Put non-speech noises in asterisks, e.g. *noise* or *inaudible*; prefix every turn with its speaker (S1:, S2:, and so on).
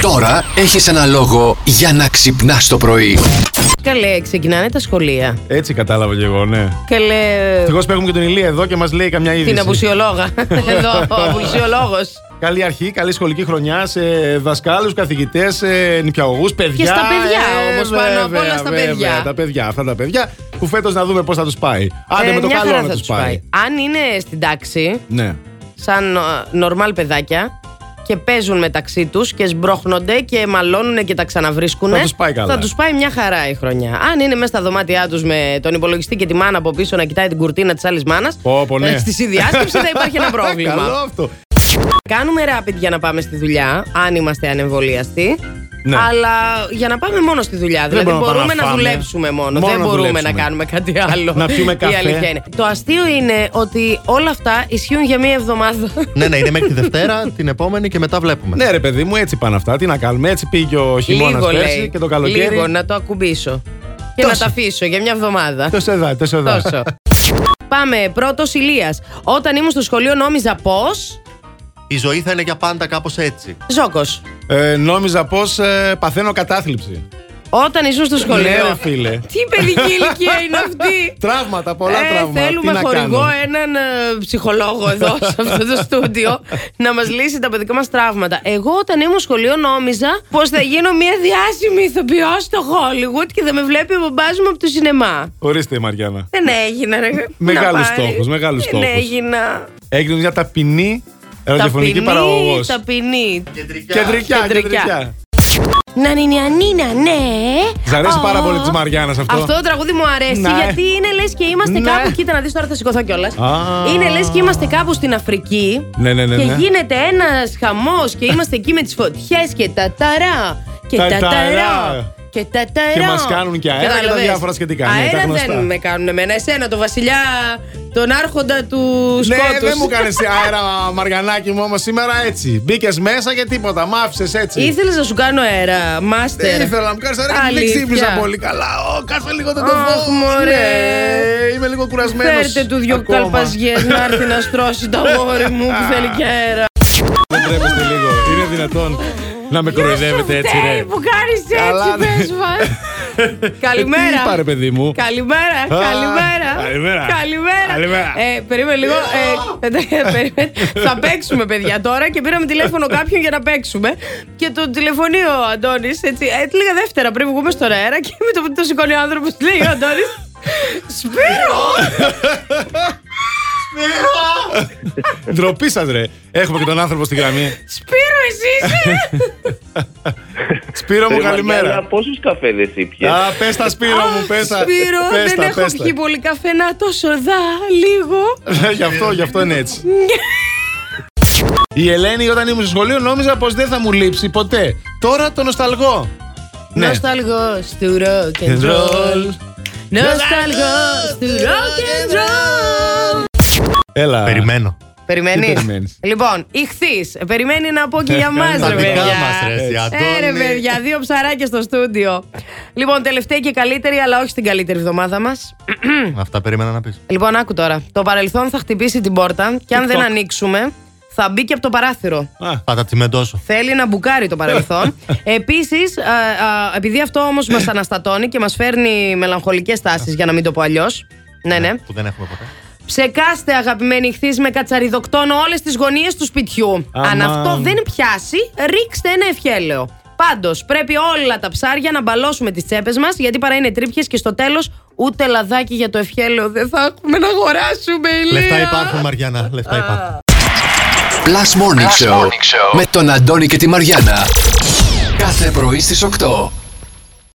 S1: Τώρα έχεις ένα λόγο για να ξυπνάς το πρωί.
S2: Καλέ, ξεκινάνε τα σχολεία.
S3: Έτσι κατάλαβα και εγώ, ναι.
S2: Καλέ.
S3: Ευτυχώ παίρνουμε και τον Ηλία εδώ και μας λέει καμιά είδηση.
S2: Την
S3: *laughs*
S2: απουσιολόγα. Εδώ, ο απουσιολόγος.
S3: Καλή αρχή, καλή σχολική χρονιά σε δασκάλους, καθηγητές, σε νηπιαγωγούς, παιδιά.
S2: στα παιδιά
S3: Ε,
S2: όμως, πάνω απ' όλα
S3: βέβαια,
S2: στα
S3: βέβαια,
S2: παιδιά.
S3: Τα παιδιά, αυτά τα παιδιά που φέτος να δούμε πώς θα τους πάει. Άντε
S2: Ε,
S3: με το
S2: μια
S3: καλό
S2: χαρά
S3: να
S2: θα
S3: τους
S2: τους
S3: πάει.
S2: Αν είναι στην τάξη,
S3: Ναι.
S2: σαν ε, νορμάλ παιδάκια, και παίζουν μεταξύ τους και σμπρώχνονται και μαλώνουν και τα ξαναβρίσκουν.
S3: Θα τους πάει καλά.
S2: Θα τους πάει μια χαρά η χρονιά. Αν είναι μέσα στα δωμάτια τους με τον υπολογιστή και τη μάνα από πίσω να κοιτάει την κουρτίνα της άλλης μάνας.
S3: Πω, πω, ναι.
S2: ε, Στη συνδιάσκεψη θα υπάρχει ένα
S3: *laughs* Καλό
S2: πρόβλημα.
S3: αυτό.
S2: Κάνουμε rapid για να πάμε στη δουλειά, αν είμαστε ανεμβολιαστοί.
S3: Ναι.
S2: Αλλά για να πάμε μόνο στη δουλειά. δηλαδή
S3: μπορούμε να
S2: μπορούμε
S3: πάμε
S2: να,
S3: να φάμε.
S2: δουλέψουμε μόνο.
S3: Μόνο
S2: Δεν
S3: να
S2: μπορούμε
S3: δουλέψουμε.
S2: να κάνουμε κάτι άλλο.
S3: Να πιούμε
S2: Η
S3: καφέ.
S2: αλήθεια είναι. Το αστείο είναι ότι όλα αυτά ισχύουν για μία
S3: *laughs*
S2: εβδομάδα.
S4: ναι, ναι, είναι μέχρι τη Δευτέρα, την επόμενη και μετά βλέπουμε.
S3: Ναι, ρε παιδί μου, έτσι πάνε αυτά. Τι να κάνουμε. Έτσι πήγε ο χειμώνας
S2: Λίγο
S3: πέρσι
S2: λέει.
S3: και το καλοκαίρι.
S2: Λίγο να το ακουμπήσω. Και να
S3: Τόσο.
S2: τα αφήσω για μία εβδομάδα.
S3: Τόσο εδώ, τόσο εδώ.
S2: Τόσο. Πάμε, πρώτος Ηλίας. Όταν ήμουν στο σχολείο νόμιζα πως.
S4: Η ζωή θα είναι για πάντα κάπως έτσι.
S2: Ζόκο.
S3: Ε, νόμιζα πως παθαίνω κατάθλιψη.
S2: Όταν ήσουν στο σχολείο.
S3: Ναι, ρε φίλε.
S2: Τι παιδική ηλικία είναι
S3: *laughs*
S2: αυτή.
S3: Τραύματα, πολλά
S2: ε,
S3: τραύματα.
S2: Θέλουμε
S3: Τι να
S2: χορηγό
S3: κάνω.
S2: έναν ε, ψυχολόγο
S3: *laughs*
S2: εδώ σε αυτό το στούντιο να μας λύσει τα παιδικά μας τραύματα. Εγώ όταν ήμουν σχολείο νόμιζα πως θα γίνω μια διάσημη ηθοποιό στο Hollywood και θα με βλέπει ο μπαμπάς μου από το σινεμά.
S3: Ορίστε η Μαριάννα.
S2: Δεν έγινα, ρε.
S3: Μεγάλος
S2: Να πάει.
S3: στόχος, μεγάλος
S2: Δεν
S3: στόχος.
S2: έγινα.
S3: Έγινε μια ταπεινή ραδιοφωνική παραγωγός.
S2: Ταπεινή, ταπεινή.
S4: Κεντρικά.
S3: Κεντρικιά,
S2: Κεντρικιά.
S3: κεντρικιά.
S2: Να είναι η Ανίνα, ναι.
S3: Της αρέσει
S2: Ω.
S3: πάρα πολύ της Μαριάννας αυτό.
S2: Αυτό το τραγούδι μου αρέσει
S3: Ναι.
S2: γιατί είναι λες και είμαστε
S3: Ναι.
S2: κάπου. Κοίτα να δεις τώρα θα σηκωθώ κιόλας.
S3: Α.
S2: Είναι λες και είμαστε κάπου στην Αφρική.
S3: Ναι, ναι, ναι,
S2: Και
S3: ναι.
S2: γίνεται ένας χαμός και είμαστε εκεί με τις φωτιές και τα ταρά. Και τα
S3: Τα
S2: ταρά.
S3: ταρά.
S2: Και τα ταρά.
S3: Και μας κάνουν και αέρα και τα
S2: Κατάλαβες.
S3: διάφορα σχετικά. Ναι, τα
S2: Αέρα
S3: γνωστά.
S2: δεν με κάνουν εμένα. Εσένα, τον βασιλιά, τον άρχοντα του
S3: Ναι,
S2: σκότους.
S3: δεν μου κάνεις αέρα, Μαριανάκι μου, όμως σήμερα έτσι. Μπήκες μέσα και τίποτα, μ' άφησες έτσι.
S2: Ήθελες να σου κάνω αέρα,
S3: Δεν
S2: μάστερ.
S3: ήθελα να μου κάνεις αέρα γιατί δεν
S2: Αλήθεια.
S3: ξύπνησα πολύ καλά. Ω, κάτσε λίγο τον
S2: Αχ,
S3: τεφό.
S2: μωρέ.
S3: Ναι, είμαι λίγο κουρασμένος.
S2: Φέρτε του δυο καλπαζιές να έρθει να στρώσει τα μόρι μου που θέλει και αέρα.
S3: Δεν τρέπεστε λίγο. Είναι δυνατόν να με κοροϊδεύετε έτσι, ρε.
S2: Φταίει που κάνεις
S3: Καλά,
S2: έτσι,
S3: ναι.
S2: πες μας.
S3: Ε,
S2: Καλημέρα.
S3: τι είπα, ρε παιδί μου.
S2: Καλημέρα, καλημέρα.
S3: καλημέρα.
S2: Καλημέρα.
S3: Καλημέρα.
S2: Ε, περίμενε λίγο. ε, ε, περίμενε. Θα παίξουμε, παιδιά, τώρα και πήραμε τηλέφωνο κάποιον για να παίξουμε. Και το τηλεφωνεί ο Αντώνης, έτσι, ε, λίγα δεύτερα πριν βγούμε στον αέρα και με το που το σηκώνει ο άνθρωπος, λέει ο Αντώνης. Σπύρο!
S3: Ντροπή σας, ρε. Έχουμε και τον άνθρωπο στη γραμμή.
S2: Σπύρο, εσύ είσαι!
S3: Σπύρο μου,
S5: Ρε Μαριάννα,
S3: καλημέρα.
S5: Πόσους καφέδες ήπιες
S3: Α, πες τα Σπύρο μου, πες τα.
S2: Σπύρο,
S3: πες τα,
S2: δεν έχω
S3: πες τα.
S2: πιει πολύ καφέ. Να τόσο δά, λίγο.
S3: γι' αυτό, γι' αυτό είναι
S2: *laughs*
S3: έτσι. Η Ελένη όταν ήμουν στο σχολείο νόμιζα πως δεν θα μου λείψει ποτέ. Τώρα το νοσταλγώ. Ναι.
S2: Νοσταλγός του rock and roll. Νοσταλγός του rock and roll.
S3: Έλα.
S4: Περιμένω.
S3: Τι
S2: Περιμένεις.
S3: περιμένεις?
S2: Λοιπόν, ηχθής. Ε, Περιμένει να πω και για μας
S4: Τα
S2: ρε
S4: δικά
S2: παιδιά.
S4: μας, ρε, εσύ,
S2: Ε, ρε
S4: Αντώνη.
S2: παιδιά, δύο ψαράκια στο στούντιο. Λοιπόν, τελευταία και καλύτερη, αλλά όχι στην καλύτερη εβδομάδα μας.
S4: Αυτά περίμενα να πεις.
S2: Λοιπόν, άκου τώρα. Το παρελθόν θα χτυπήσει την πόρτα και αν δεν
S3: TikTok.
S2: ανοίξουμε, θα μπει και από το παράθυρο.
S3: Α,
S4: Θα τα τσιμεντώσω.
S2: Θέλει να μπουκάρει το παρελθόν.
S4: *laughs*
S2: Επίσης, επειδή αυτό όμως μας αναστατώνει και μας φέρνει μελαγχολικές τάσεις, για να μην το πω αλλιώς. Ναι, ναι.
S4: Που δεν έχουμε ποτέ.
S2: Ψεκάστε, αγαπημένοι χθεί, με κατσαριδοκτόνο όλες τις γωνίες του σπιτιού. Αν
S3: Αμάν.
S2: αυτό δεν πιάσει, ρίξτε ένα ευχέλαιο. Πάντως, πρέπει όλα τα ψάρια να μπαλώσουμε τις τσέπες μας, γιατί παρά είναι τρύπιες και στο τέλος ούτε λαδάκι για το ευχέλαιο δεν θα έχουμε να αγοράσουμε, ηλία.
S4: Λεφτά υπάρχουν, Μαριάννα. Λεφτά υπάρχουν.
S1: Plus Morning, Show, με τον Αντώνη και τη Μαριάνα. Κάθε πρωί στις 8.